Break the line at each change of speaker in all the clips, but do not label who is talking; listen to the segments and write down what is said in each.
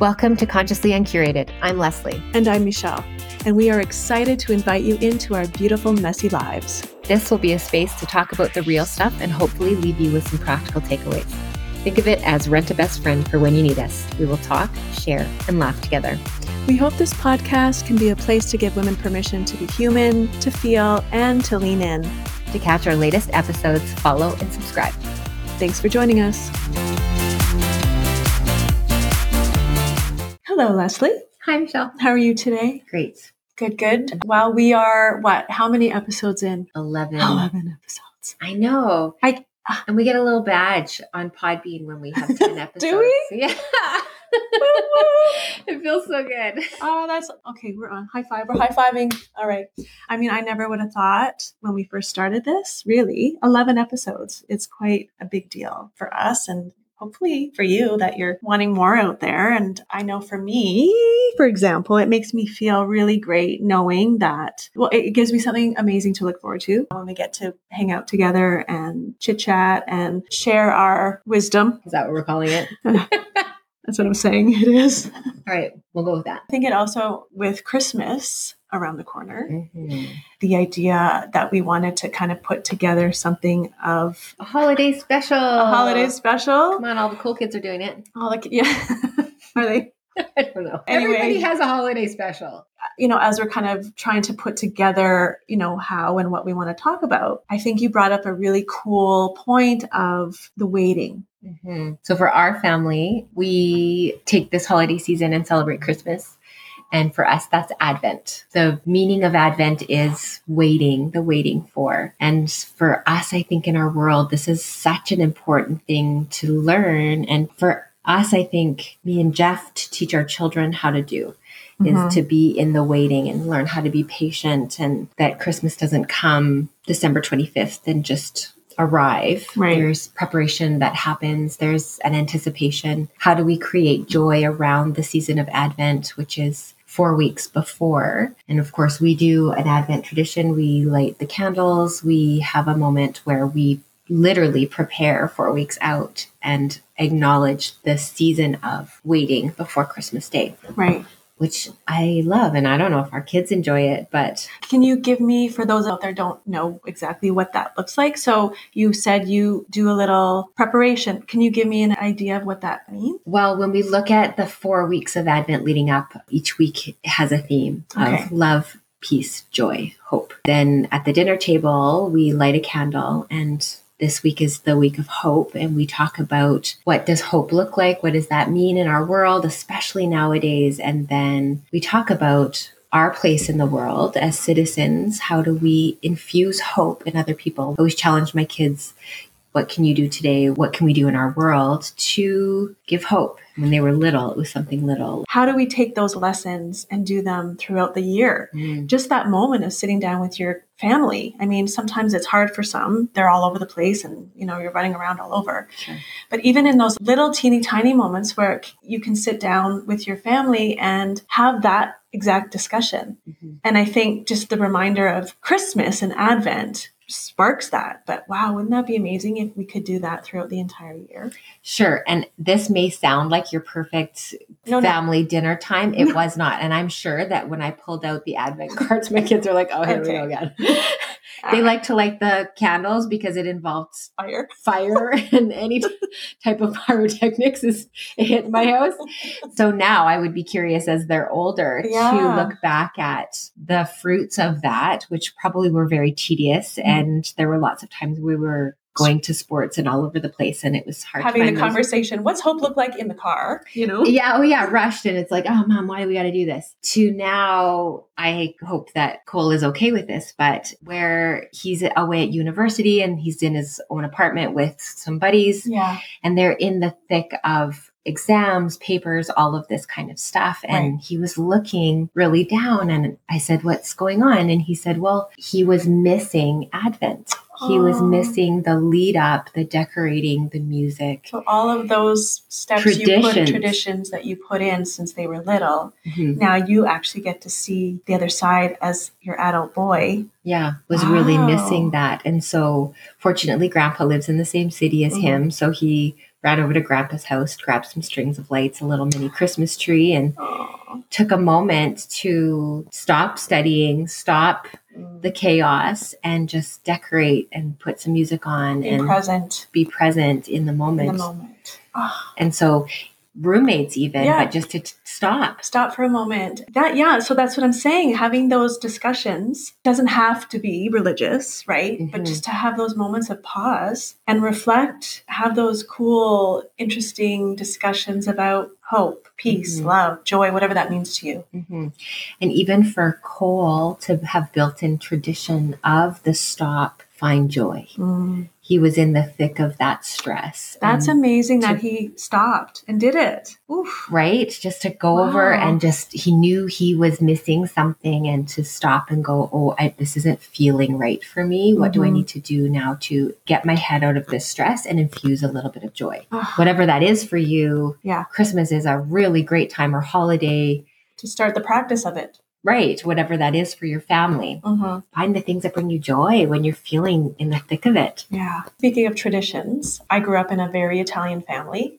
Welcome to Consciously Uncurated. I'm Leslie.
And I'm Michelle, and we are excited to invite you into our beautiful, messy lives.
This will be a space to talk about the real stuff and hopefully leave you with some practical takeaways. Think of it as rent a best friend for when you need us. We will talk, share, and laugh together.
We hope this podcast can be a place to give women permission to be human, to feel, and to lean in.
To catch our latest episodes, follow and subscribe.
Thanks for joining us. Hello, Leslie.
Hi, Michelle.
How are you today?
Great.
Good, good. Well, we are what? How many episodes in?
11.
11 episodes.
I know.
I-
and we get a little badge on Podbean when we have 10 episodes.
we?
Yeah. it feels so good.
Oh, that's okay. We're on high five. We're high fiving. All right. I mean, I never would have thought when we first started this, really, 11 episodes. It's quite a big deal for us and hopefully for you that you're wanting more out there. And I know for me, for example, it makes me feel really great knowing that, well, it it gives me something amazing to look forward to when we get to hang out together and chit chat and share our wisdom.
Is that what we're calling it?
That's what I'm saying. It is.
All right, we'll go with that.
I think it also with Christmas around the corner, the idea that we wanted to kind of put together something of
A holiday special.
a holiday
Oh. Come
special.
on, all the cool kids are doing it.
All the yeah, are they?
I don't know.
Anyway.
Everybody has a holiday special.
You know, as we're kind of trying to put together, you know, how and what we want to talk about. I think you brought up a really cool point of the waiting.
Mm-hmm. So for our family, we take this holiday season and celebrate Christmas. And for us, that's Advent. The meaning of Advent is waiting, the waiting for. And for us, I think in our world, this is such an important thing to learn. And for us, I think me and Jeff to teach our children how to do. is
Mhm.
to be in the waiting and learn how to be patient and that Christmas doesn't come December 25th and just arrive.
Right.
There's preparation that happens, there's an anticipation. How do we create joy around the season of Advent, which is Four weeks before. And of course, we do an Advent tradition. We light the candles. We have a moment where we literally prepare four weeks out and acknowledge the season of waiting before Christmas Day
right.
which I love. And I don't know if our kids enjoy it, but
Can you give me, for those out there don't know exactly what that looks like? So you said you do a little preparation. Can you give me an idea of what that means?
well, when we look at the four weeks of Advent leading up, each week has a theme
Okay.
of love, peace, joy, hope. Then at the dinner table, we light a candle and this week is the week of hope and we talk about what does hope look like what does that mean in our world especially nowadays and then we talk about our place in the world as citizens how do we infuse hope in other people i always challenge my kids what can you do today? What can we do in our world to give hope? When they were little, it was something little.
how do we take those lessons and do them throughout the year? Just that moment of sitting down with your family. I mean, sometimes it's hard for some. They're all over the place and, you know, you're running around all over.
Sure.
But even in those little teeny tiny moments where c- you can sit down with your family and have that exact discussion.
Mhm.
And I think just the reminder of Christmas and Advent sparks that. But wow, wouldn't that be amazing if we could do that throughout the entire year?
Sure. And this may sound like your perfect
No, no.
family dinner time. It
No.
was not. And I'm sure that when I pulled out the advent cards, my kids are like, oh, here we go again. they like to light the candles because it involved
fire.
fire and any type of pyrotechnics is a hit in my house. So now I would be curious as they're older
Yeah.
to look back at the fruits of that, which probably were very tedious.
Mm-hmm.
And there were lots of times we were going to sports and all over the place and it was hard to
Having
find
the
those-
conversation, what's hope look like in the car? You know?
yeah, oh yeah, rushed. And it's like, oh mom, why do we gotta do this? To now I hope that Cole is okay with this, but where he's away at university and he's in his own apartment with some buddies
Yeah.
and they're in the thick of exams, papers, all of this kind of stuff. And he was looking really down. And I said, What's going on? And he said, Well, he was missing Advent. He was
Oh.
missing the lead up, the decorating, the music.
So all of those steps you put
Traditions.
traditions that you put in since they were little, now you actually get to see the other side as your adult boy.
Yeah, was really
Wow.
missing that. And so, fortunately, Grandpa lives in the same city as
Mhm.
him. So he ran over to grandpa's house, grabbed some strings of lights, a little mini Christmas tree, and
Aw.
took a moment to stop studying, stop
Mm.
the chaos, and just decorate and put some music on
Be
and
present
be present in the
in
moment.
the moment. Ah,
And so, roommates, even,
Yeah.
but just to t- stop.
stop for a moment. That yeah, so that's what I'm saying. Having those discussions doesn't have to be religious, right? But
Mhm.
just to have those moments of pause and reflect, have those cool, interesting discussions about hope, peace,
Mhm.
love, joy, whatever that means to you.
hmm And even for Cole to have built in tradition of the stop, find joy. He was in the thick of that stress.
Mm. That's
and-
amazing that
to-
he stopped and did it. Oof.
right just to go over
Wow.
and just he knew he was missing something and to stop and go oh I, this isn't feeling right for me what do i
Mhm.
need to do now to get my head out of this stress and infuse a little bit of joy
Ah,
whatever that is for you
Yeah.
christmas is a really great time or holiday
to start the practice of it.
right whatever that is for your family
Mhm.
find the things that bring you joy when you're feeling in the thick of it
Yeah. Speaking of traditions, I grew up in a very Italian family.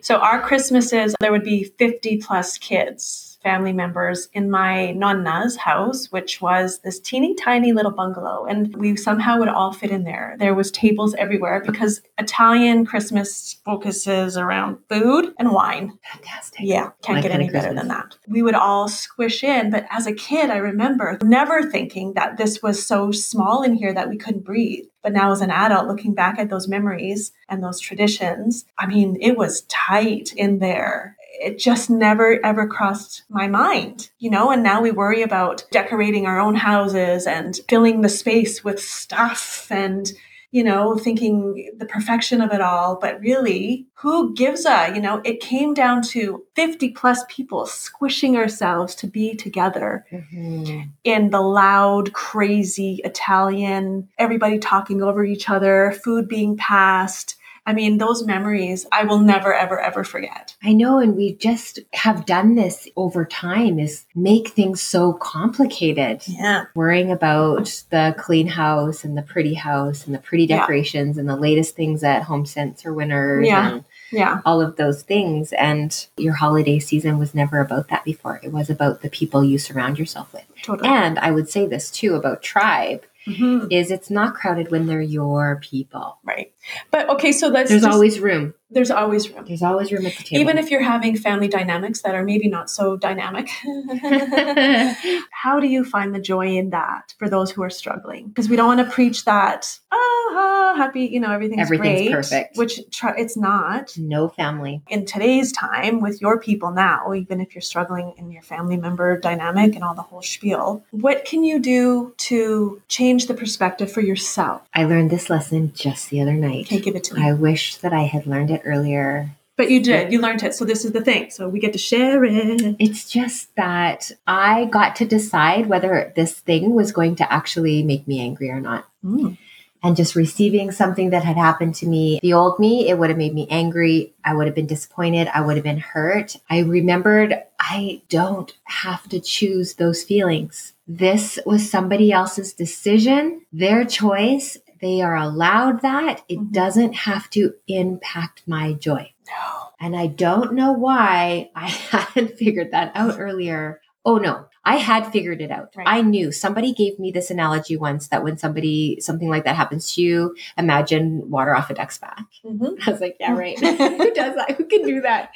So our Christmases, there would be 50 plus kids, family members in my nonna's house, which was this teeny tiny little bungalow. And we somehow would all fit in there. There was tables everywhere because Italian Christmas focuses around food and wine.
fantastic
Yeah, can't
My
get
kind
any
of
better
Christmas.
than that. We would all squish in, but as a kid, I remember never thinking that this was so small in here that we couldn't breathe. But now, as an adult, looking back at those memories and those traditions, I mean, it was tight in there. It just never ever crossed my mind, you know. And now we worry about decorating our own houses and filling the space with stuff and you know, thinking the perfection of it all, but really, who gives a, you know, it came down to 50 plus people squishing ourselves to be together
Mhm.
in the loud, crazy Italian, everybody talking over each other, food being passed. I mean, those memories I will never, ever, ever forget.
I know, and we just have done this over time is make things so complicated.
Yeah.
Worrying about the clean house and the pretty house and the pretty
Yeah.
decorations and the latest things at Home Sense or Winners
Yeah.
and
Yeah.
all of those things. And your holiday season was never about that before. It was about the people you surround yourself with.
Totally.
And I would say this too about tribe
Mhm.
is it's not crowded when they're your people.
Right. But okay, so that's
There's
just-
always room.
there's always room.
There's always room at the table.
Even if you're having family dynamics that are maybe not so dynamic, how do you find the joy in that for those who are struggling? Because we don't want to preach that, ah, happy, you know, everything's,
Everything's
great,"
perfect.
which try, it's not.
no family.
In today's time, with your people now, even if you're struggling in your family member dynamic and all the whole spiel, what can you do to change the perspective for yourself?
I learned this lesson just the other night.
Okay, give it to me.
I wish that I had learned it earlier.
but you did, you learned it. So this is the thing. So we get to share it.
It's just that I got to decide whether this thing was going to actually make me angry or not.
Mm.
And just receiving something that had happened to me, the old me, it would have made me angry. I would have been disappointed. I would have been hurt. I remembered I don't have to choose those feelings. This was somebody else's decision, their choice. They are allowed that. It
Mhm.
doesn't have to impact my joy.
No.
And I don't know why I hadn't figured that out earlier. Oh no, I had figured it out.
Right.
I knew somebody gave me this analogy once that when somebody, something like that happens to you, imagine water off a duck's back.
Mhm.
I was like, yeah, right. Who does that? Who can do that?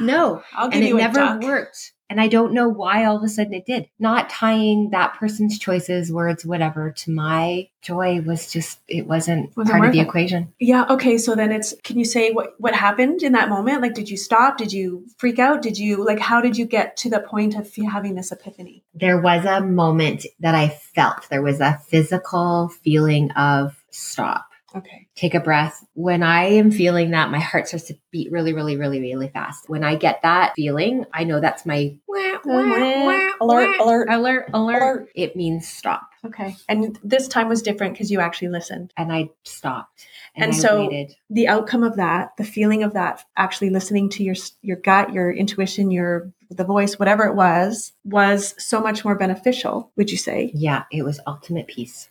No.
I'll give
And it
you a
never
duck.
worked. And I don't know why all of a sudden it did. Not tying that person's choices, words, whatever to my joy was just, it wasn't,
Wasn't
part
worth
of the
it.
equation.
Yeah, okay, so then it's can you say what what happened in that moment? Like did you stop? Did you freak out? Did you like how did you get to the point of fe- having this epiphany?
there was a moment that I felt there was a physical feeling of stop,
Okay.
take a breath. When I am feeling that, my heart starts to beat really, really, really, really fast. When I get that feeling, I know that's my wah, wah, wah,
Alert,
wah. Oh,
alert.
alert, alert,
Alert.
It means stop.
Okay. And this time was different because you actually listened.
And I stopped and,
And
I
so-
waited.
The outcome of that, the feeling of that actually listening to your s- your gut, your intuition, your the voice, whatever it was, was so much more beneficial, would you say?
Yeah, it was ultimate peace.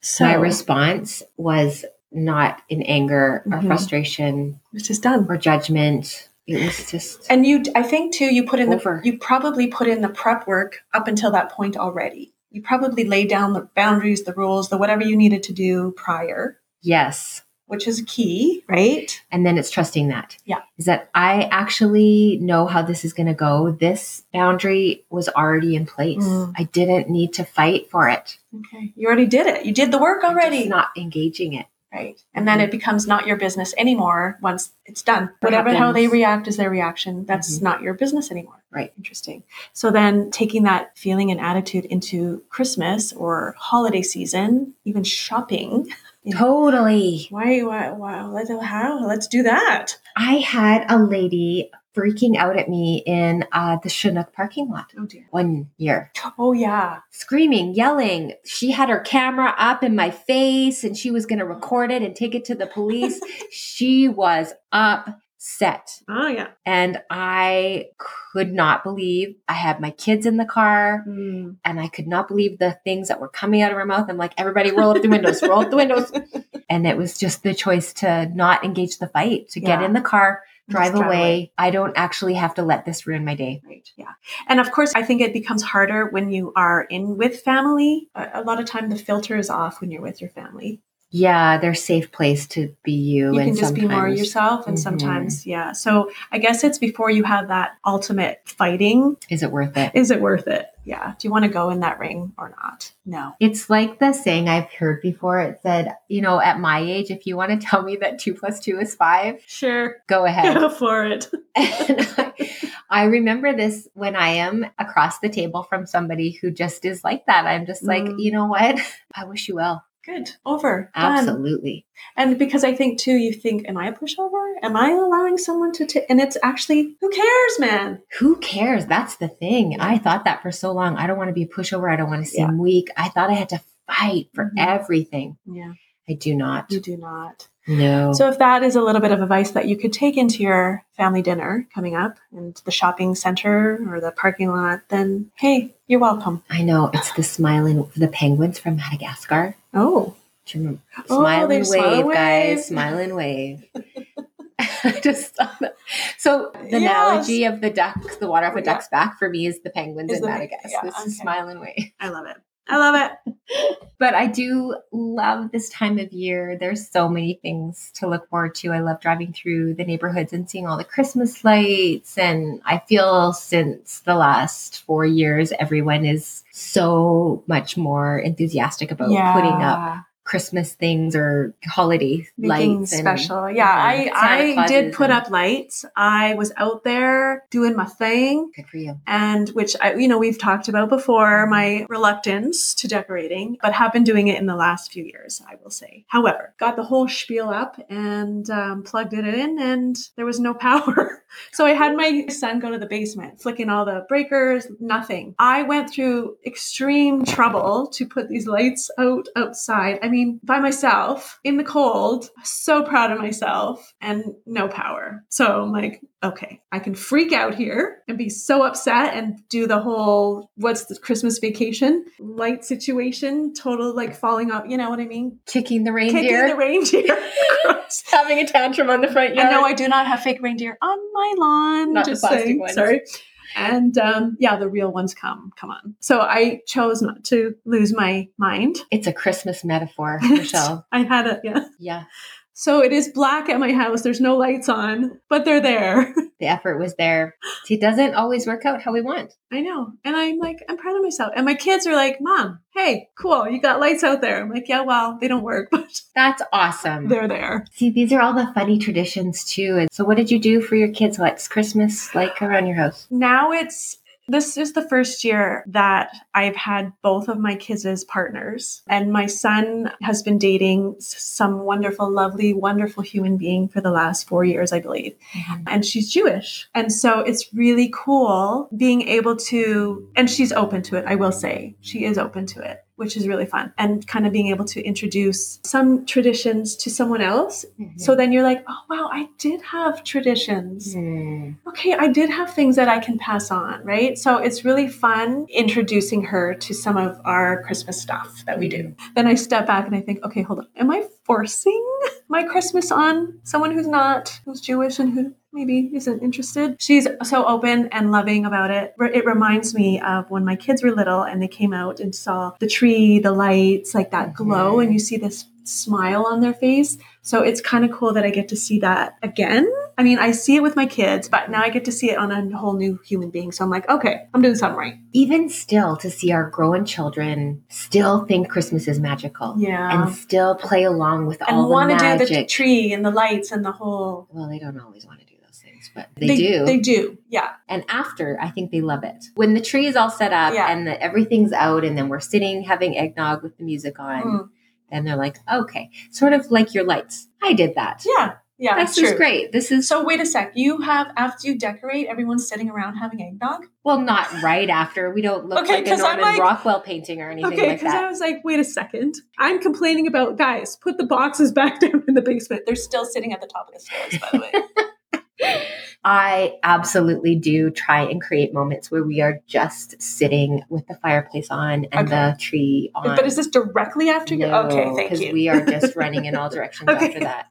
So
My response was not in anger or
Mhm.
frustration
It's just done.
or judgment. It was just
And you, I think too, you put in
Over.
the, you probably put in the prep work up until that point already. You probably laid down the boundaries, the rules, the whatever you needed to do prior,
yes.
which is key, right?
And then it's trusting that.
Yeah.
Is that I actually know how this is going to go. This boundary was already in place.
Mm.
I didn't need to fight for it.
Okay. You already did it. You did the work already.
Just not Mhm. engaging it.
right. And then it becomes not your business anymore once it's done. Whatever, how
happens. Mhm.
they react is their reaction. That's not your business anymore.
Right.
Interesting. So then taking that feeling and attitude into Christmas or holiday season, even shopping. Yeah.
Totally.
Why? Why? Why? Let's how? Let's do that.
I had a lady freaking out at me in uh, the Chinook parking lot
Oh dear.
one year.
Oh yeah.
screaming, yelling. She had her camera up in my face and she was going to record it and take it to the police. she was upset.
Oh yeah.
And I could not believe I had my kids in the car
Mm.
and I could not believe the things that were coming out of her mouth. I'm like, everybody roll up the windows, roll up the windows. And it was just the choice to not engage the fight, to get
Yeah.
in the car, drive
Just
away. I don't actually have to let this ruin my day.
Right. Yeah. And of course, I think it becomes harder when you are in with family. A, a lot of time, the filter is off when you're with your family.
Yeah, their safe place to be you.
You
and
can just be more
sometimes-
yourself, and
Mhm.
sometimes, yeah. So I guess it's before you have that ultimate fighting.
Is it worth it?
Is it worth it? Yeah. Do you want to go in that ring or not? No.
It's like the saying I've heard before. It said, you know, at my age, if you want to tell me that two plus two is five,
Sure.
go ahead.
Go for it.
and I, I remember this when I am across the table from somebody who just is like that. I'm just like,
Mm.
you know what? I wish you well.
Good. Over. Done.
Absolutely.
And because I think too, you think, am I a pushover? Am I allowing someone to? ta-" And it's actually, who cares, man?
Who cares? That's the thing. I thought that for so long. I don't want to be a pushover. I don't want to seem weak. I thought I had to fight for
Mhm.
everything.
Yeah,
I do not.
you do not.
No.
So if that is a little bit of advice that you could take into your family dinner coming up and the shopping center or the parking lot, then hey, you're welcome.
I know it's the smiling, the penguins from Madagascar.
Oh,
Do you remember?
Oh,
Smiling
they
wave,
smile and wave.
guys. Smile and wave. I just thought that. So the
Yes.
analogy of the duck, the water off a
Yeah.
duck's back for me is the penguins
Is
in
the-
Madagascar.
yeah,
It's the
okay.
smile and wave.
I love it. I love it.
But I do love this time of year. There's so many things to look forward to. I love driving through the neighborhoods and seeing all the Christmas lights. And I feel since the last four years, everyone is so much more enthusiastic about putting up Christmas things or holiday
making
lights and-
special. Yeah, I
Santa
I
Clauses
did put
and-
up lights. I was out there doing my thing.
Good for you.
and which I, you know we've talked about before my reluctance to decorating but have been doing it in the last few years i will say however got the whole spiel up and um, plugged it in and there was no power so i had my son go to the basement flicking all the breakers nothing i went through extreme trouble to put these lights out outside i mean by myself in the cold so proud of myself and no power so i'm like okay, I can freak out here and be so upset and do the whole what's the Christmas vacation light situation, total like falling off, you know what I mean?
Kicking the
Kicking the
reindeer.
reindeer. Gross.
Having a tantrum on the front
and no, I do not have fake reindeer on my lawn.
Not the
just
plastic
saying,
ones.
sorry. And um, yeah, the real ones come. Come on. So I chose not to lose my mind.
it's a Christmas metaphor, Michelle.
I had a yeah.
yeah.
So it is black at my house. There's no lights on, but they're there.
The effort was there. It doesn't always work out how we want.
I know. And I'm like, I'm proud of myself. And my kids are like, Mom, hey, cool, you got lights out there. I'm like, yeah, well, they don't work, but
That's awesome.
they're there.
See, these are all the funny traditions too. And so what did you do for your kids? What's Christmas like around your house?
Now it's this is the first year that I've had both of my kids as partners. And my son has been dating s- some wonderful, lovely, wonderful human being for the last four years, I believe. and she's Jewish. And so it's really cool being able to, and she's open to it, I will say. She is open to it. which is really fun and kind of being able to introduce some traditions to someone else.
Mhm.
So then you're like, oh, wow, I did have traditions.
Mm.
Okay, I did have things that I can pass on, right? So it's really fun introducing her to some of our Christmas stuff that we do. Then I step back and I think, okay, hold on. Am I forcing my Christmas on someone who's not, who's Jewish and who maybe isn't interested? She's so open and loving about it. Re- It reminds me of when my kids were little and they came out and saw the tree, the lights, like that glow,
Mhm.
and you see this smile on their face. So it's kind of cool that I get to see that again. I mean, I see it with my kids, but now I get to see it on a whole new human being. So I'm like, okay, I'm doing something right.
Even still, to see our growing children still think Christmas is magical
Yeah.
and still play along with all
Um, And
the
want to do
magic.
the tree and the lights and the whole.
well, they don't always want to do those things, but they, do.
They do. Yeah.
And after, I think they love it. When the tree is all set up
Yeah.
and the, everything's out, and then we're sitting having eggnog with the music on,
Mm.
then they're like, okay, sort of like your lights. I did that.
Yeah. Yeah.
this
it's true.
is great. This is,
So wait a sec. You have after you decorate, everyone's sitting around having eggnog.
well, not right after. We don't look
Okay,
like a
'cause I'm
Norman
like-
Rockwell painting or anything
Okay,
like
because
that.
I was like, wait a second. I'm complaining about guys. Put the boxes back down in the basement. They're still sitting at the top of the stairs, by the way.
I absolutely do try and create moments where we are just sitting with the fireplace on and
Okay.
the tree on.
but is this directly after you? okay, thank
Because
you.
we are just running in all directions
Okay.
after that.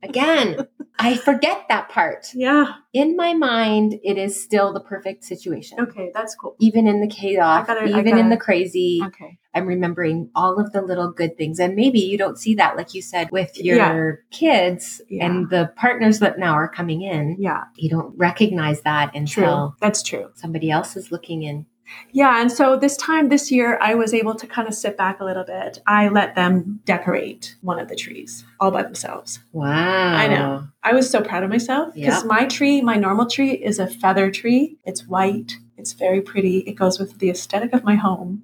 Again, I forget that part.
yeah.
In my mind, it is still the perfect situation.
Okay, that's cool.
Even in the chaos,
I gotta- I
even in
gotta-
the crazy,
Okay.
I'm remembering all of the little good things. And maybe you don't see that, like you said, with your kids
Yeah.
and the partners that now are coming in.
Yeah,
You don't recognize that
true.
until
That's true.
somebody else is looking in.
Yeah, and so this time this year, I was able to kind of sit back a little bit. I let them decorate one of the trees all by themselves.
Wow.
I know. I was so proud of myself because
Yeah.
my tree, my normal tree, is a feather tree. It's white. It's very pretty. It goes with the aesthetic of my home.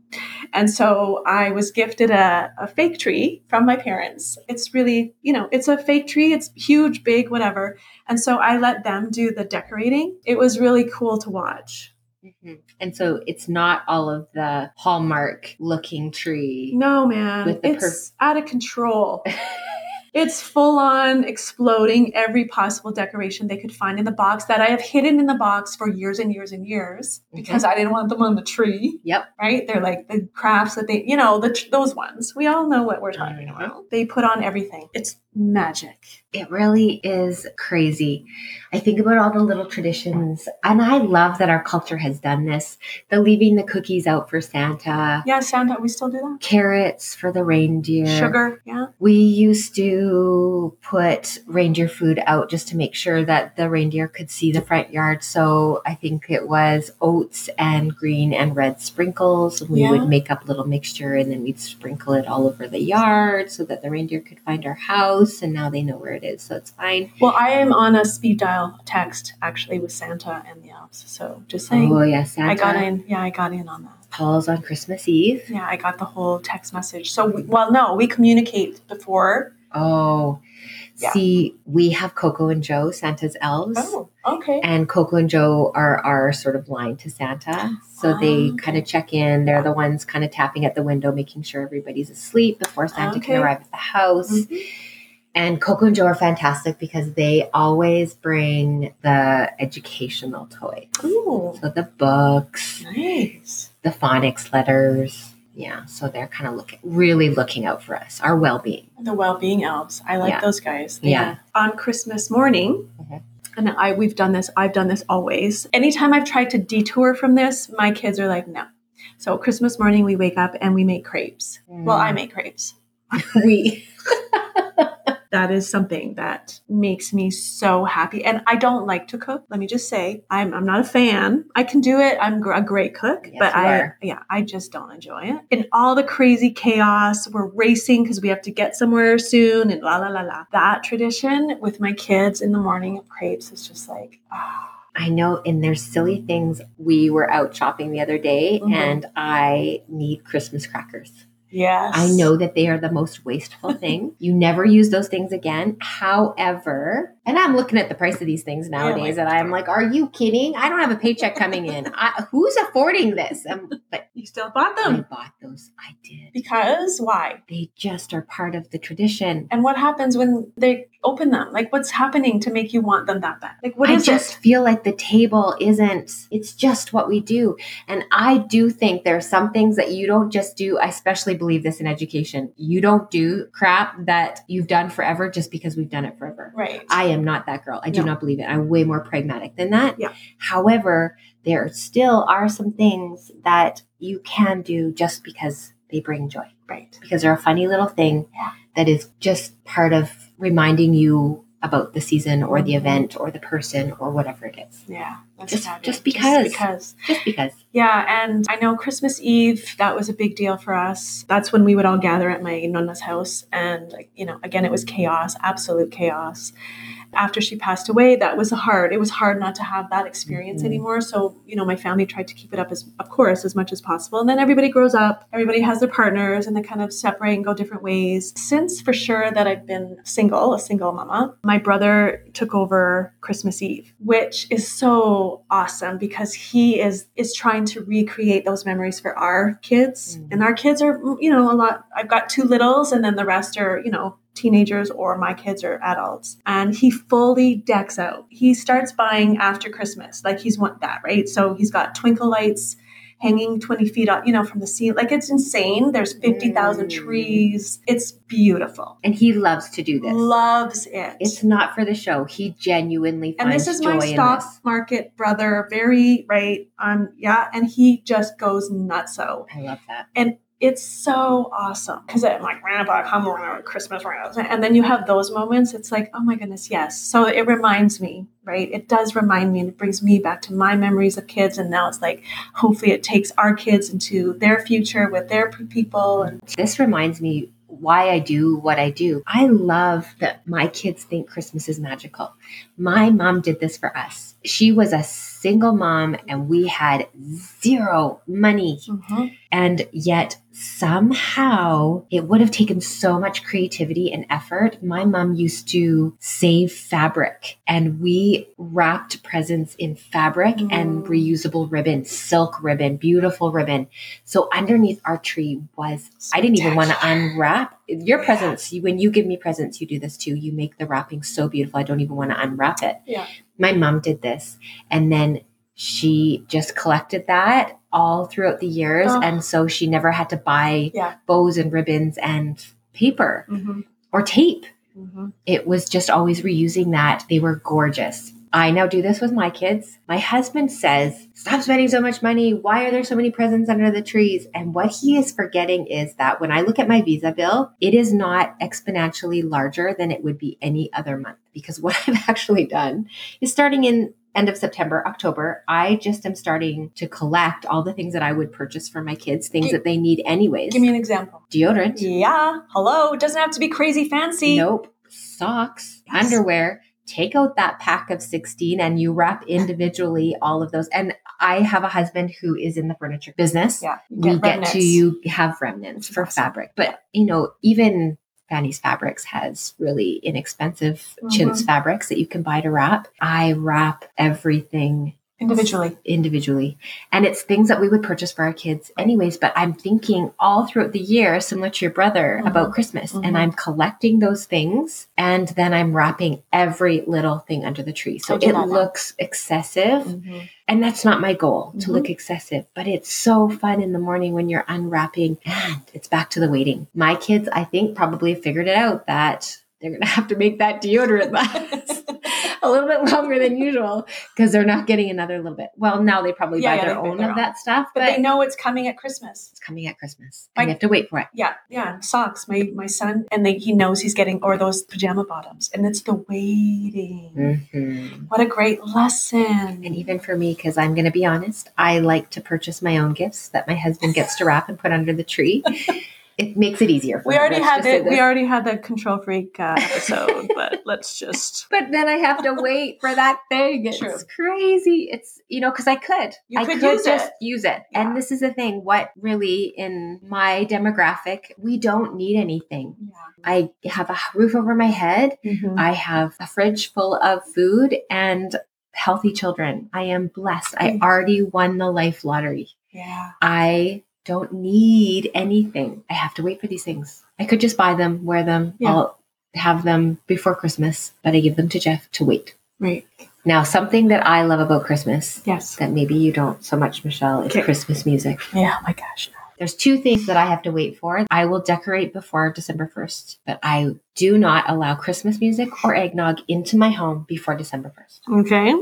And so I was gifted a, a fake tree from my parents. It's really, you know, it's a fake tree. It's huge, big, whatever. And so I let them do the decorating. It was really cool to watch.
Mhm. And so it's not all of the hallmark looking tree.
No, man.
With the
it's out of control. it's full on exploding every possible decoration they could find in the box that I have hidden in the box for years and years and years because I didn't want them on the tree,
Mm-hmm. Yep.
right? They're like the crafts that they, you know, the, tr- those ones. We all know what we're talking
Mhm.
about. They put on everything. It's magic.
It really is crazy. I think about all the little traditions, and I love that our culture has done this the leaving the cookies out for Santa,
Yeah, Santa, we still do that.
carrots for the reindeer.
Sugar, yeah.
We used to put reindeer food out just to make sure that the reindeer could see the front yard. So I think it was oats and green and red sprinkles. We
Yeah.
would make up little mixture and then we'd sprinkle it all over the yard so that the reindeer could find our house. And now they know where it is, so it's fine.
Well, I am on a speed dial text actually with Santa and the elves. So just saying,
Oh yeah, Santa
I got in. Yeah, I got in on that.
calls on Christmas Eve.
Yeah, I got the whole text message. So, we, well, no, we communicate before.
Oh,
Yeah. Oh.
see, we have Coco and Joe, Santa's elves.
okay.
and Coco and Joe are our sort of line to Santa. So they
Okay.
kind of check in. They're the ones kind of tapping at the window, making sure everybody's asleep before Santa
Okay.
can arrive at the house.
Mm-hmm.
And Coco and Joe are fantastic because they always bring the educational toy.
Ooh,
So the books,
nice.
the phonics letters. Yeah. So they're kind of looking, really looking out for us, our well being.
The well-being elves. I like
Yeah.
those guys.
Yeah.
On Christmas morning.
Mhm.
And I we've done this. I've done this always. Anytime I've tried to detour from this, my kids are like, "No." So Christmas morning we wake up and we make crepes. Well,
Mm.
I make crepes.
we.
that is something that makes me so happy. And I don't like to cook. Let me just say, I'm, I'm not a fan. I can do it. I'm gr- a great cook,
Yes,
but
you
I,
are.
yeah, I just don't enjoy it. In all the crazy chaos, we're racing because we have to get somewhere soon and la, la, la, la. That tradition with my kids in the morning of crepes is just like, ah.
I know, and there's silly things. We were out shopping the other day,
Mhm.
and I need Christmas crackers.
Yes.
I know that they are the most wasteful thing. you never use those things again. However, and I'm looking at the price of these things nowadays, and I'm like, "Are you kidding? I don't have a paycheck coming in. I, who's affording this?" Um but
You still bought
I
them.
bought those. I did.
Because why?
They just are part of the tradition.
And what happens when they open them? Like, what's happening to make you want them that bad? Like, what
I
is
just
it?
feel like the table isn't. It's just what we do, and I do think there are some things that you don't just do. I especially believe this in education. You don't do crap that you've done forever just because we've done it forever.
Right.
I am not that girl. I do
No.
not believe it. I'm way more pragmatic than that.
Yeah.
However, there still are some things that you can do just because they bring joy,
right.
because they're a funny little thing
Yeah.
that is just part of reminding you about the season or the
Mhm.
event or the person or whatever it is.
Yeah. That's
Just-
fabulous.
just because.
because.
Just because.
Yeah, and I know Christmas Eve, that was a big deal for us. That's when we would all gather at my nonna's house. And, like, you know, again, it was chaos, absolute chaos. After she passed away, that was hard. It was hard not to have that experience
Mhm.
anymore. So, you know, my family tried to keep it up as, of course, as much as possible. And then everybody grows up, everybody has their partners, and they kind of separate and go different ways. Since for sure that I've been single, a single mama, my brother took over Christmas Eve, which is so awesome because he is is trying to recreate those memories for our kids.
Mm.
And our kids are, you know, a lot. I've got two littles, and then the rest are, you know, teenagers or my kids are adults and he fully decks out he starts buying after christmas like he's want that right so he's got twinkle lights hanging 20 feet up you know from the ceiling like it's insane there's 50000
Mm.
trees it's beautiful
And he loves to do this.
loves it
it's not for the show. He genuinely
and
finds
this is
joy
my
in
stock
this.
market brother very right um yeah and he just goes nuts so
I love that.
it's so awesome because I'm like, grandpa, come around Christmas, around. and then you have those moments. It's like, oh my goodness, yes. So it reminds me, right? It does remind me, and it brings me back to my memories of kids. And now it's like, hopefully, it takes our kids into their future with their p- people. And
This reminds me why I do what I do. I love that my kids think Christmas is magical. My mom did this for us. She was a single mom and we had zero money.
Mm-hmm.
And yet, somehow, it would have taken so much creativity and effort. My mom used to save fabric, and we wrapped presents in fabric and
Mm.
reusable ribbon, silk ribbon, beautiful ribbon. So, underneath our tree was I didn't even want to unwrap your
Yeah.
presents. You- When you give me presents, you do this too. You make the wrapping so beautiful. I don't even want to unwrap it.
Yeah.
My mom did this. And then she just collected that all throughout the years.
Oh.
And so she never had to buy
Yeah.
bows and ribbons and paper
Mm-hmm.
or tape.
Mm-hmm.
It was just always reusing that. They were gorgeous. I now do this with my kids. My husband says, Stop spending so much money. Why are there so many presents under the trees? And what he is forgetting is that when I look at my visa bill, it is not exponentially larger than it would be any other month. Because what I've actually done is starting in end of September, October, I just am starting to collect all the things that I would purchase for my kids, things
Gi-
that they need anyways.
Give me an example.
Deodorant.
Yeah. Hello. It doesn't have to be crazy fancy.
Nope. Socks,
Yes.
underwear. Take out that pack of 16 and you wrap individually all of those. And I have a husband who is in the furniture business.
Yeah. You
we get
remnants.
to you have remnants for
Awesome.
fabric. But, you know, even Fanny's Fabrics has really inexpensive chintz
Mm-hmm.
fabrics that you can buy to wrap. I wrap everything
individually.
individually. And it's things that we would purchase for our kids anyways, but I'm thinking all throughout the year, similar to your brother,
Mhm.
about Christmas.
Mhm.
And I'm collecting those things and then I'm wrapping every little thing under the tree. So
I do
it
that now.
looks excessive.
Mm-hmm.
And that's not my goal to
Mhm.
look excessive, but it's so fun in the morning when you're unwrapping and it's back to the waiting. My kids, I think, probably figured it out that they're going to have to make that deodorant last a little bit longer than usual because they're not getting another little bit. Well, now they probably
Yeah,
buy
yeah,
their
they
own
buy their
of that stuff,
But
but,
they know it's coming at Christmas.
it's coming at Christmas
Like-
and you have to wait for it.
Yeah, yeah, socks. My my son, and they, he knows he's getting or those pajama bottoms, and it's the waiting.
Mhm.
What a great lesson!
And even for me, because I'm going to be honest, I like to purchase my own gifts that my husband gets to wrap and put under the tree. it makes it easier. For
We
her,
already
let's
had
just say
it. We
this.
already had the control freak uh, episode, but let's just.
but then I have to wait for that thing. It's
True.
crazy. It's you know because I could,
You
I
could
could,
use
just
it.
use it.
Yeah.
And this is the thing. What really in my demographic, we don't need anything. I have a roof over my head.
Mhm.
I have a fridge full of food and healthy children. I am blessed. I
Mm.
already won the life lottery.
Yeah.
I don't need anything. I have to wait for these things. I could just buy them, wear them,
Yeah.
I'll have them before Christmas, but I give them to Jeff to wait.
Right.
Now, something that I love about Christmas
Yes.
that maybe you don't so much, Michelle, is
Okay.
Christmas music.
Yeah. Oh my gosh.
There's two things that I have to wait for. I will decorate before December 1st, but I do not allow Christmas music or eggnog into my home before December 1st.
Okay.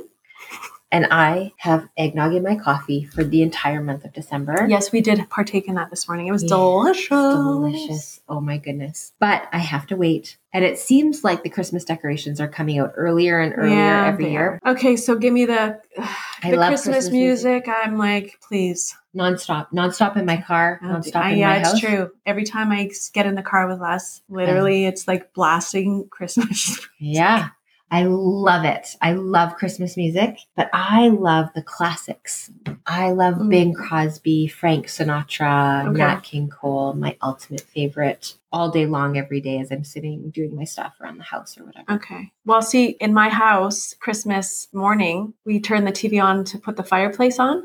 And I have eggnog in my coffee for the entire month of December.
Yes, we did partake in that this morning. It was
Yeah,
delicious.
delicious. Oh my goodness. But I have to wait. And it seems like the Christmas decorations are coming out earlier and earlier
Yeah,
every
they
year.
are. Okay, so give me the,
I
the
love
Christmas,
Christmas
music.
music.
I'm like, please.
Nonstop. Nonstop in my car.
Oh,
Nonstop
I-
in
yeah,
my
it's
house.
true. Every time I s- get in the car with Les, literally, it's like blasting Christmas.
Yeah. I love it. I love Christmas music, but I love the classics. I love
Mm.
Bing Crosby, Frank Sinatra,
Okay.
Nat King Cole, my ultimate favorite all day long, every day as I'm sitting doing my stuff around the house or whatever.
okay. Well, see, in my house, Christmas morning, we turn the TV on to put the fireplace on.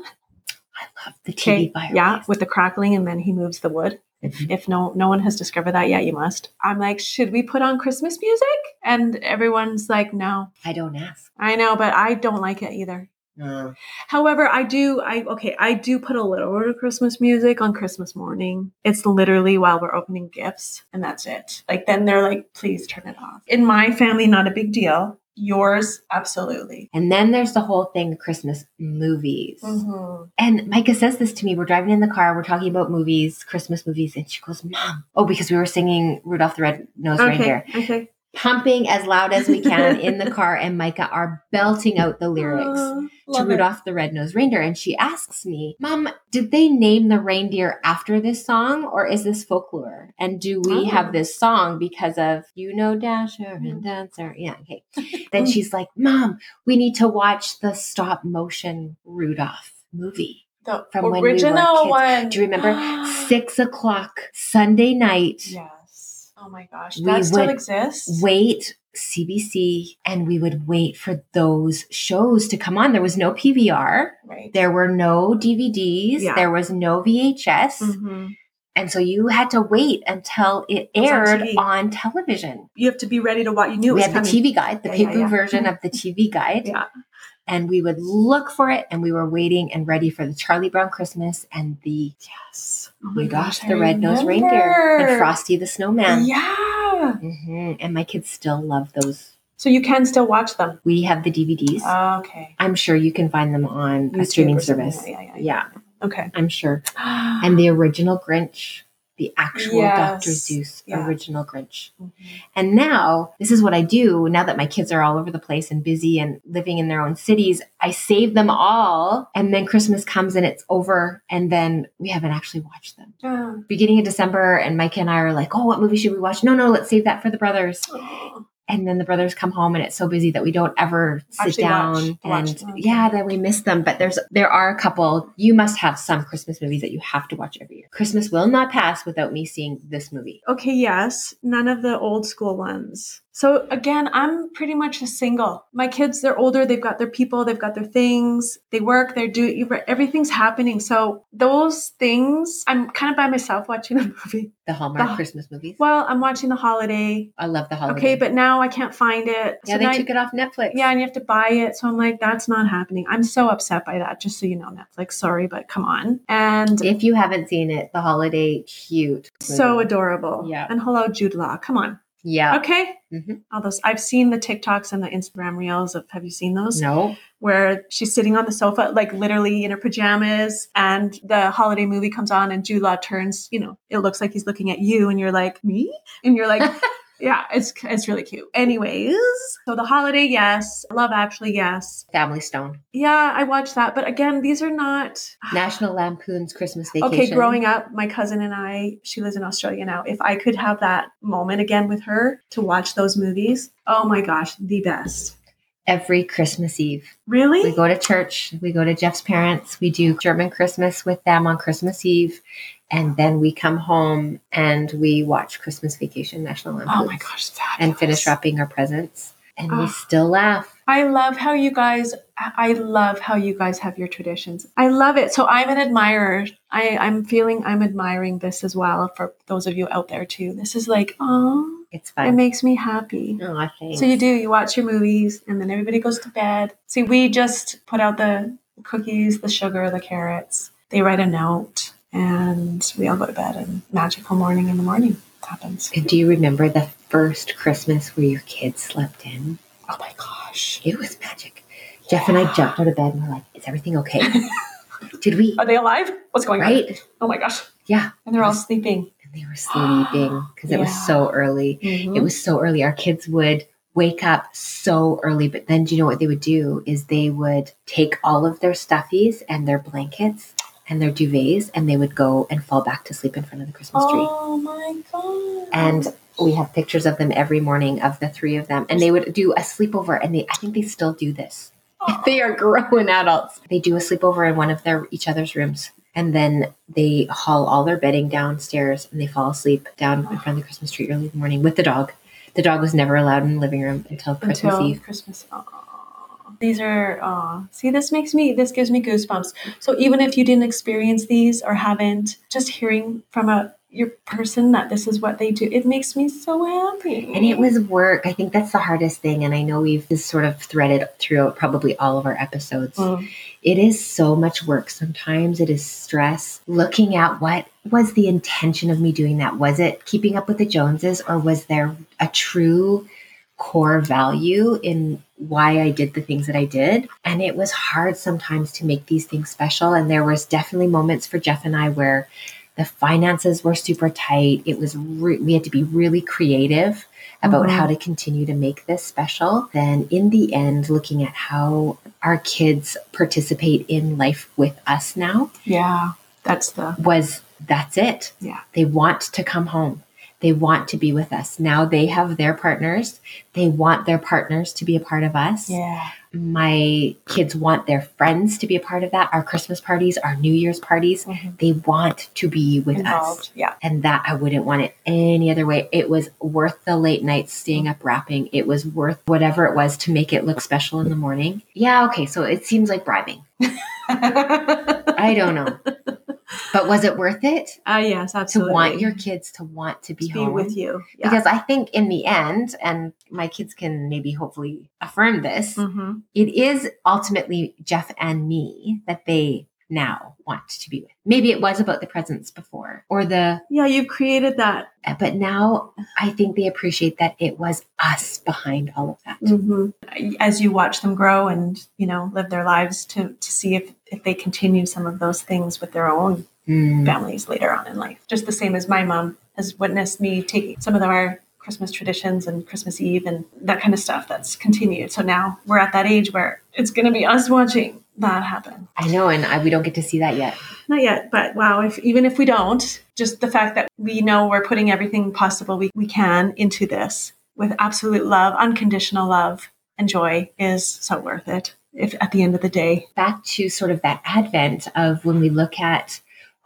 I love the TV fireplace.
Yeah, with the crackling, and then he moves the wood.
Mhm.
If no no one has discovered that yet, you must. I'm like, should we put on Christmas music? And everyone's like, no.
I don't ask.
I know, but I don't like it either. Mm.
No.
However, I do I okay, I do put a little bit of Christmas music on Christmas morning. It's literally while we're opening gifts and that's it. Like then they're like, please turn it off. In my family, not a big deal. Yours, absolutely.
And then there's the whole thing of Christmas movies.
Mm.
And Micah says this to me. We're driving in the car, we're talking about movies, Christmas movies, and she goes, Mom. Oh, because we were singing Rudolph the Red-Nosed Reindeer.
Okay. Okay.
Pumping as loud as we can in the car, and Micah are belting out the lyrics
Aw,
to
Ah, love it.
Rudolph the Red-Nosed Reindeer. And she asks me, Mom, did they name the reindeer after this song, or is this folklore? And do we
Oh.
have this song because of, you know, Dasher
Mm-hmm.
and Dancer? Yeah, okay. then
Mm.
she's like, Mom, we need to watch the stop motion Rudolph movie.
The
from when we were
original
kids.
one.
Do you remember? Six o'clock Sunday night.
yes. Oh my gosh.
We
that still
would
exists.
Wait. CBC, and we would wait for those shows to come on. There was no PVR.
Right.
There were no DVDs.
Yeah.
There was no VHS.
Mhm.
And so you had to wait until it
was on
aired
TV.
on, television.
You have to be ready to watch. You knew it
we
was
had the
coming.
TV guide, the
Yeah, yeah,
paper
yeah. Mm-hmm.
version of the TV guide.
Yeah.
And we would look for it and we were waiting and ready for the Charlie Brown Christmas and the,
Yes. Oh
my gosh,
I
the red nosed reindeer
remember.
and Frosty the Snowman.
Yeah.
hmm And my kids still love those.
So you can still watch them. Ah,
We have the DVDs.
Okay.
I'm sure you can find them on a
YouTube
streaming
or something.
service.
Yeah, yeah, yeah.
Yeah,
Okay.
I'm sure. And the original Grinch, the actual Dr.
Yes.
Zeus
Yeah.
original Grinch.
Mhm.
And now, this is what I do now that my kids are all over the place and busy and living in their own cities. I save them all, and then Christmas comes and it's over, and then we haven't actually watched them.
Oh.
Beginning of December, and Micah and I are like, oh, what movie should we watch? No, no, let's save that for the brothers. And then the brothers come home, and it's so busy that we don't ever sit
Actually watch- Mm-hmm.
down.
watch
and
them.
yeah, then we miss them. But there's there are a couple. You must have some Christmas movies that you have to watch every year. Christmas will not pass without me seeing this movie.
Okay, yes. None of the old school ones. So again, I'm pretty much a single. My kids, they're older, they've got their people, they've got their things, they work, they're doing everything's happening. So those things, I'm kind of by myself watching the movie.
The Hallmark
The-
Christmas movies.
Well, I'm watching the holiday.
I love the holiday.
Okay, but now I can't find it.
yeah,
So
they
now-
took it off Netflix.
Yeah, and you have to buy it. So I'm like, that's not happening. I'm so upset by that, just so you know, Netflix. Sorry, but come on. And
If you haven't seen it, the holiday cute.
so
movie.
adorable.
Yeah.
And hello, Jude Law. Come on.
yeah.
Okay.
Mhm.
All those. I've seen the TikToks and the Instagram reels of, have you seen those?
No.
Where she's sitting on the sofa, like literally in her pajamas, and the holiday movie comes on, and Jude Law turns, you know, it looks like he's looking at you, and you're like, me? And you're like, Yeah, it's it's really cute. Anyways, so the holiday, yes. Love Actually, yes.
Family Stone,
Yeah, I watched that, but again, these are not
National Lampoon's Christmas Vacation.
Okay, growing up, my cousin and I, she lives in Australia now. If I could have that moment again with her to watch those movies, oh my gosh, the best.
every Christmas Eve. We
Really?
go to church, we go to Jeff's parents, we do German Christmas with them on Christmas Eve, and then we come home and we watch Christmas Vacation National Lampoon's
Oh my gosh, fabulous.
and finish wrapping our presents. And we
Ah.
still laugh.
I love how you guys I love how you guys have your traditions. I love it. So I'm an admirer. I, I'm feeling I'm admiring this as well for those of you out there too. This is like, oh
It's
it
fun.
makes me happy.
Oh, thanks.
So you do, you watch your movies, and then everybody goes to bed. See, we just put out the cookies, the sugar, the carrots. They write a note, and we all go to bed, and magical morning in the morning happens.
And do you remember the first Christmas where your kids slept in?
Oh my gosh.
It was magic. Jeff and I jumped out of bed and we're like, is everything okay? Did we?
Are they alive? What's going on?
Right?
Oh my gosh.
Yeah.
And they're all sleeping.
And they were sleeping because it
Yeah.
was so early.
Mm-hmm.
It was so early. Our kids would wake up so early, but then do you know what they would do is they would take all of their stuffies and their blankets and their duvets and they would go and fall back to sleep in front of the Christmas tree.
oh my god.
And we have pictures of them every morning of the three of them. And they would do a sleepover and they I think they still do this.
Oh.
They are grown adults. They do a sleepover in one of their each other's rooms. And then they haul all their bedding downstairs and they fall asleep down in front of the Christmas tree early in the morning with the dog. The dog was never allowed in the living room until Christmas
until
Eve.
Christmas. Aw. These are aw. see. This makes me. This gives me goosebumps. So even if you didn't experience these or haven't, just hearing from a your person that this is what they do, it makes me so happy.
And it was work. I think that's the hardest thing. And I know we've this sort of threaded throughout probably all of our episodes.
Mm.
It is so much work. Sometimes it is stress. Looking at what was the intention of me doing that? Was it keeping up with the Joneses or was there a true core value in why I did the things that I did? And it was hard sometimes to make these things special and there was definitely moments for Jeff and I where the finances were super tight. It was re- we had to be really creative about
Mhm.
how to continue to make this special. Then in the end looking at how our kids participate in life with us now
yeah, that's the
was that's it.
Yeah.
They want to come home. They want to be with us. Now they have their partners. They want their partners to be a part of us.
yeah.
My kids want their friends to be a part of that. Our Christmas parties, our New Year's parties,
Mhm.
they want to be with us
Involved. Yeah.
and that I wouldn't want it any other way. It was worth the late nights staying up rapping. It was worth whatever it was to make it look special in the morning. Yeah, okay, so it seems like bribing. I don't know. but was it worth it
Ah, yes,
to
absolutely.
want your kids to want to be
to be
home?
with you. Yeah.
Because I think in the end, and my kids can maybe hopefully affirm this,
Mhm.
it is ultimately Jeff and me that they now want to be with. Maybe it was about the presents before or the
Yeah, you've created that.
but now I think they appreciate that it was us behind all of that.
Mm. as you watch them grow and you know live their lives to to see if if they continue some of those things with their own
Mm.
families later on in life just the same as my mom has witnessed me taking some of our christmas traditions and christmas eve and that kind of stuff that's continued so now we're at that age where it's going to be us watching that happen
I know, and I, we don't get to see that yet.
not yet but wow if even if we don't just the fact that we know we're putting everything possible we, we can into this with absolute love unconditional love and joy is so worth it if at the end of the day
Back to sort of that advent of when we look at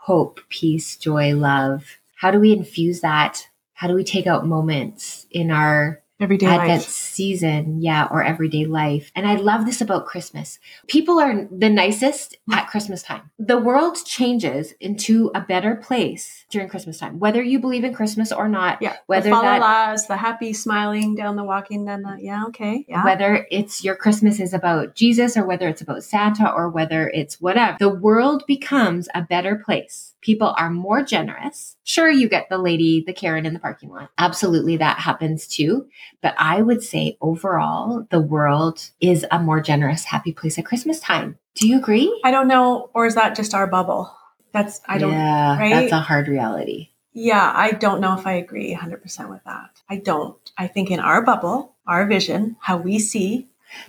hope, peace, joy, love. How do we infuse that? How do we take out moments in our
everyday
Advent
life
season, yeah, or everyday life. And I love this about Christmas. People are the nicest at Christmas time. The world changes into a better place during Christmas time, whether you believe in Christmas or not.
yeah
Whether
the fa la
that-
las, the happy smiling down the walking down the yeah okay yeah
Whether it's your Christmas is about Jesus or whether it's about Santa or whether it's whatever, the world becomes a better place. People are more generous. Sure, you get the lady, the Karen in the parking lot. Absolutely, that happens too. But I would say overall, the world is a more generous, happy place at Christmas time. Do you agree?
i don't know or is that just our bubble that's i don't
Yeah,
right?
that's a hard reality.
Yeah, I don't know if I agree 100% with that. I don't. I think in our bubble, our vision, how we see,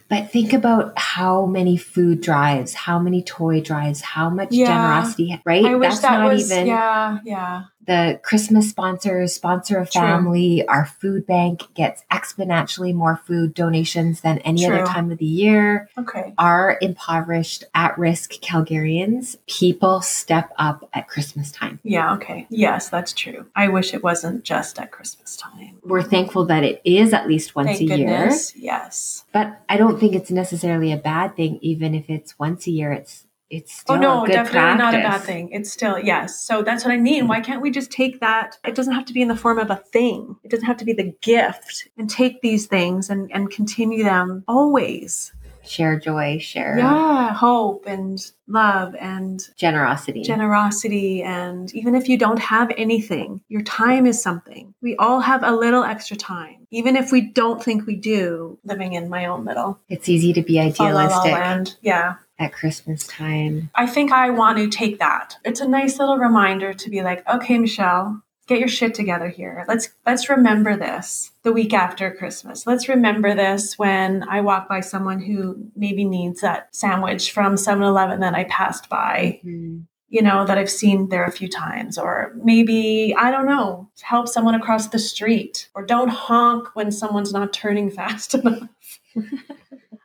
But think about how many food drives, how many toy drives, how much
Yeah.
generosity, right?
I wish
That's
that
not
was,
even
yeah, yeah.
the Christmas sponsors, sponsor a
True.
family, our food bank gets exponentially more food donations than any other
True.
time of the year.
Okay.
Our impoverished, at risk Calgarians, people step up at Christmas time.
Yeah, okay. Yes, that's true. I wish it wasn't just at Christmas time.
We're thankful that it is at least once
Thank
a year.
goodness. Yes.
But I don't think it's necessarily a bad thing, even if it's once a year. It's it's still
oh no,
a good
definitely not a bad
practice.
thing. It's still yes. So that's what I mean. Why can't we just take that? It doesn't have to be in the form of a thing. It doesn't have to be the gift and take these things and and continue them always.
Share joy, share
Yeah, hope and love and
generosity.
generosity and even if you don't have anything your time is something we all have a little extra time even if we don't think we do living in my own little
it's easy to be
la la la
idealistic
land yeah
at Christmas time.
i think i want to take that it's a nice little reminder to be like okay michelle get your shit together here let's let's remember this the week after christmas let's remember this when i walk by someone who maybe needs that sandwich from 7-eleven that i passed by
Hmm.
you know, that I've seen there a few times, or maybe, I don't know, help someone across the street, or don't honk when someone's not turning fast enough.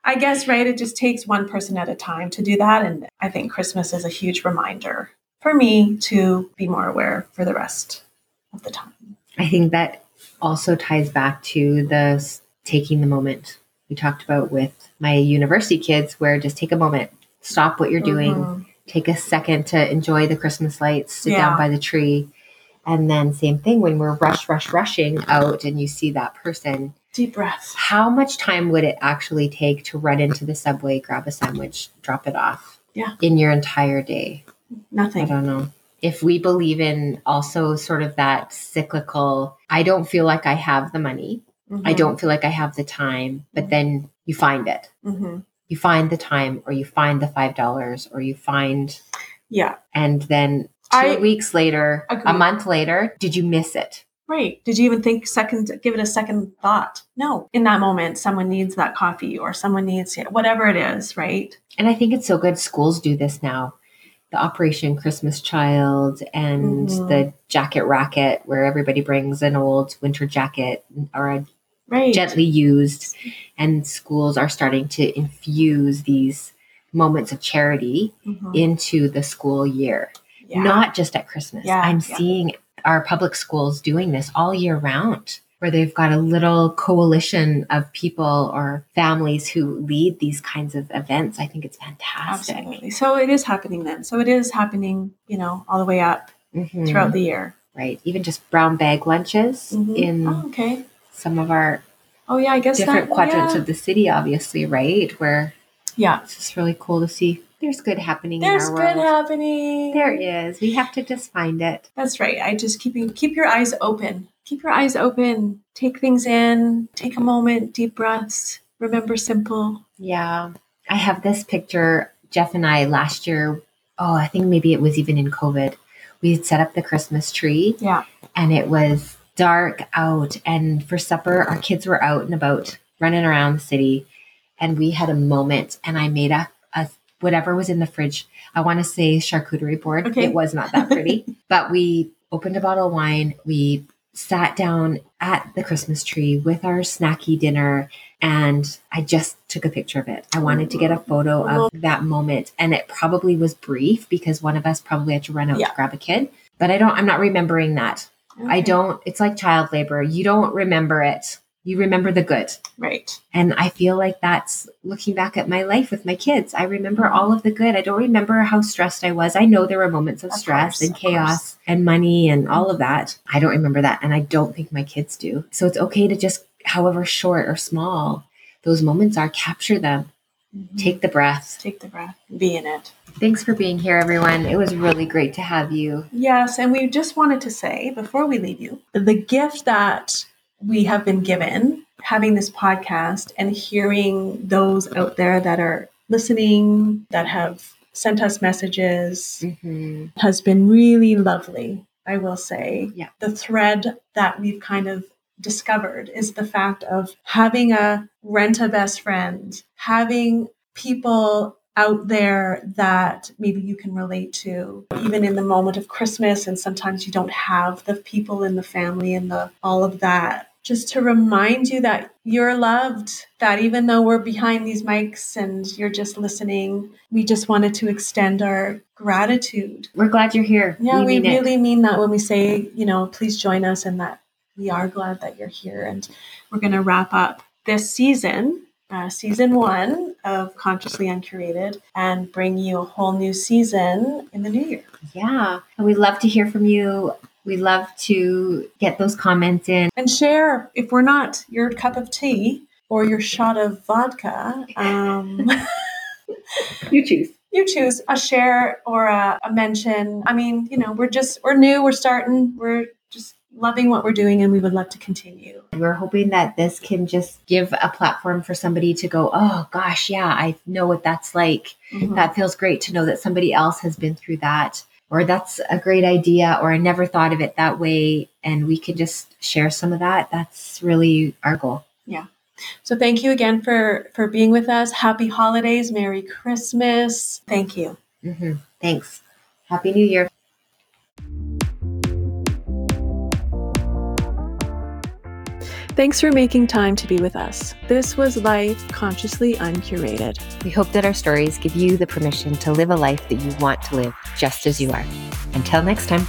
I guess, right? It just takes one person at a time to do that. And I think Christmas is a huge reminder for me to be more aware for the rest of the time.
I think that also ties back to the s- taking the moment we talked about with my university kids, where just take a moment, stop what you're doing,
Mhm.
take a second to enjoy the Christmas lights, sit
Yeah.
down by the tree. And then, same thing when we're rush, rush, rushing out and you see that person,
Deep breath.
how much time would it actually take to run into the subway, grab a sandwich, drop it off
Yeah.
in your entire day? I
Nothing.
don't know. If we believe in also sort of that cyclical, I don't feel like I have the money, I don't feel like I have the time, but then you find it.
hmm
You find the time, or you find the $5, or you find
Yeah.
and then two
I-
weeks later,
Agreed.
a month later, did you miss it?
Right. Did you even think second, give it a second thought? No. In that moment, someone needs that coffee or someone needs you know, whatever it is, right?
And I think it's so good schools do this now. The Operation Christmas Child and
Mhm.
the jacket racket, where everybody brings an old winter jacket or a
Right.
gently used, and schools are starting to infuse these moments of charity
Mhm.
into the school year,
Yeah.
not just at Christmas.
Yeah,
I'm
yeah.
seeing our public schools doing this all year round, where they've got a little coalition of people or families who lead these kinds of events. I think it's fantastic.
Absolutely. So it is happening then. So it is happening, you know, all the way up
Mhm.
throughout the year.
Right. Even just brown bag lunches
Mhm.
in
oh, okay.
some of our
Oh yeah, I guess
different
that,
quadrants
yeah.
of the city, obviously, right? Where
yeah.
It's just really cool to see. There's good happening
There's
in
good
our world.
happening.
There is. We have to just find it.
That's right. I just keeping keep your eyes open. Keep your eyes open. Take things in. Take a moment. Deep breaths. Remember simple.
Yeah. I have this picture. Jeff and I last year, oh, I think maybe it was even in COVID. We had set up the Christmas tree
Yeah.
and it was dark out. And for supper, our kids were out and about running around the city. And we had a moment and I made a, a whatever was in the fridge. I want to say charcuterie board.
Okay.
It was not that pretty, but we opened a bottle of wine. We sat down at the Christmas tree with our snacky dinner. And I just took a picture of it. I wanted to get a photo of that moment. And it probably was brief because one of us probably had to run out
Yeah.
to grab a kid. But I don't, I'm not remembering that. I
Okay.
don't, it's like child labor. You don't remember it. You remember the good.
Right.
And I feel like that's looking back at my life with my kids. I
Mm-hmm.
remember all of the good. I don't remember how stressed I was. I know there were moments of,
Of
stress
course,
and
of course. Mm-hmm.
chaos and money and all of that. I don't remember that. And I don't think my kids do. So it's okay to just, however short or small those moments are, capture them,
Mm-hmm.
take the breath.
Take the breath. Be in it.
Thanks for being here, everyone. It was really great to have you.
Yes, and we just wanted to say before we leave you, the gift that we have been given having this podcast and hearing those out there that are listening, that have sent us messages,
Mhm.
Mm-hmm. has been really lovely. I will say,
Yeah.
the thread that we've kind of discovered is the fact of having a rent a best friend, having people out there that maybe you can relate to even in the moment of christmas and sometimes you don't have the people in the family and the all of that just to remind you that you're loved that even though we're behind these mics and you're just listening we just wanted to extend our gratitude
We're glad you're here.
yeah, we,
mean it.
really mean that when we say, you know, please join us and that we are glad that you're here. And we're going to wrap up this season, uh, season one of Consciously Uncurated, and bring you a whole new season in the new year.
Yeah. And we love to hear from you. We love to get those comments in.
And share, if we're not your cup of tea or your shot of vodka, um,
You choose.
you choose a share or a, a mention. I mean, you know, we're just, we're new, we're starting, we're just loving what we're doing, and we would love to continue.
We're hoping that this can just give a platform for somebody to go, oh gosh, yeah, I know what that's like. That feels great to know that somebody else has been through that, or that's a great idea, or I never thought of it that way. And we can just share some of that. That's really our goal.
So thank you again for for being with us. Happy holidays, Merry Christmas. Thank you.
hmm Thanks. Happy New Year.
Thanks for making time to be with us. This was Life Consciously Uncurated.
We hope that our stories give you the permission to live a life that you want to live just as you are. Until next time.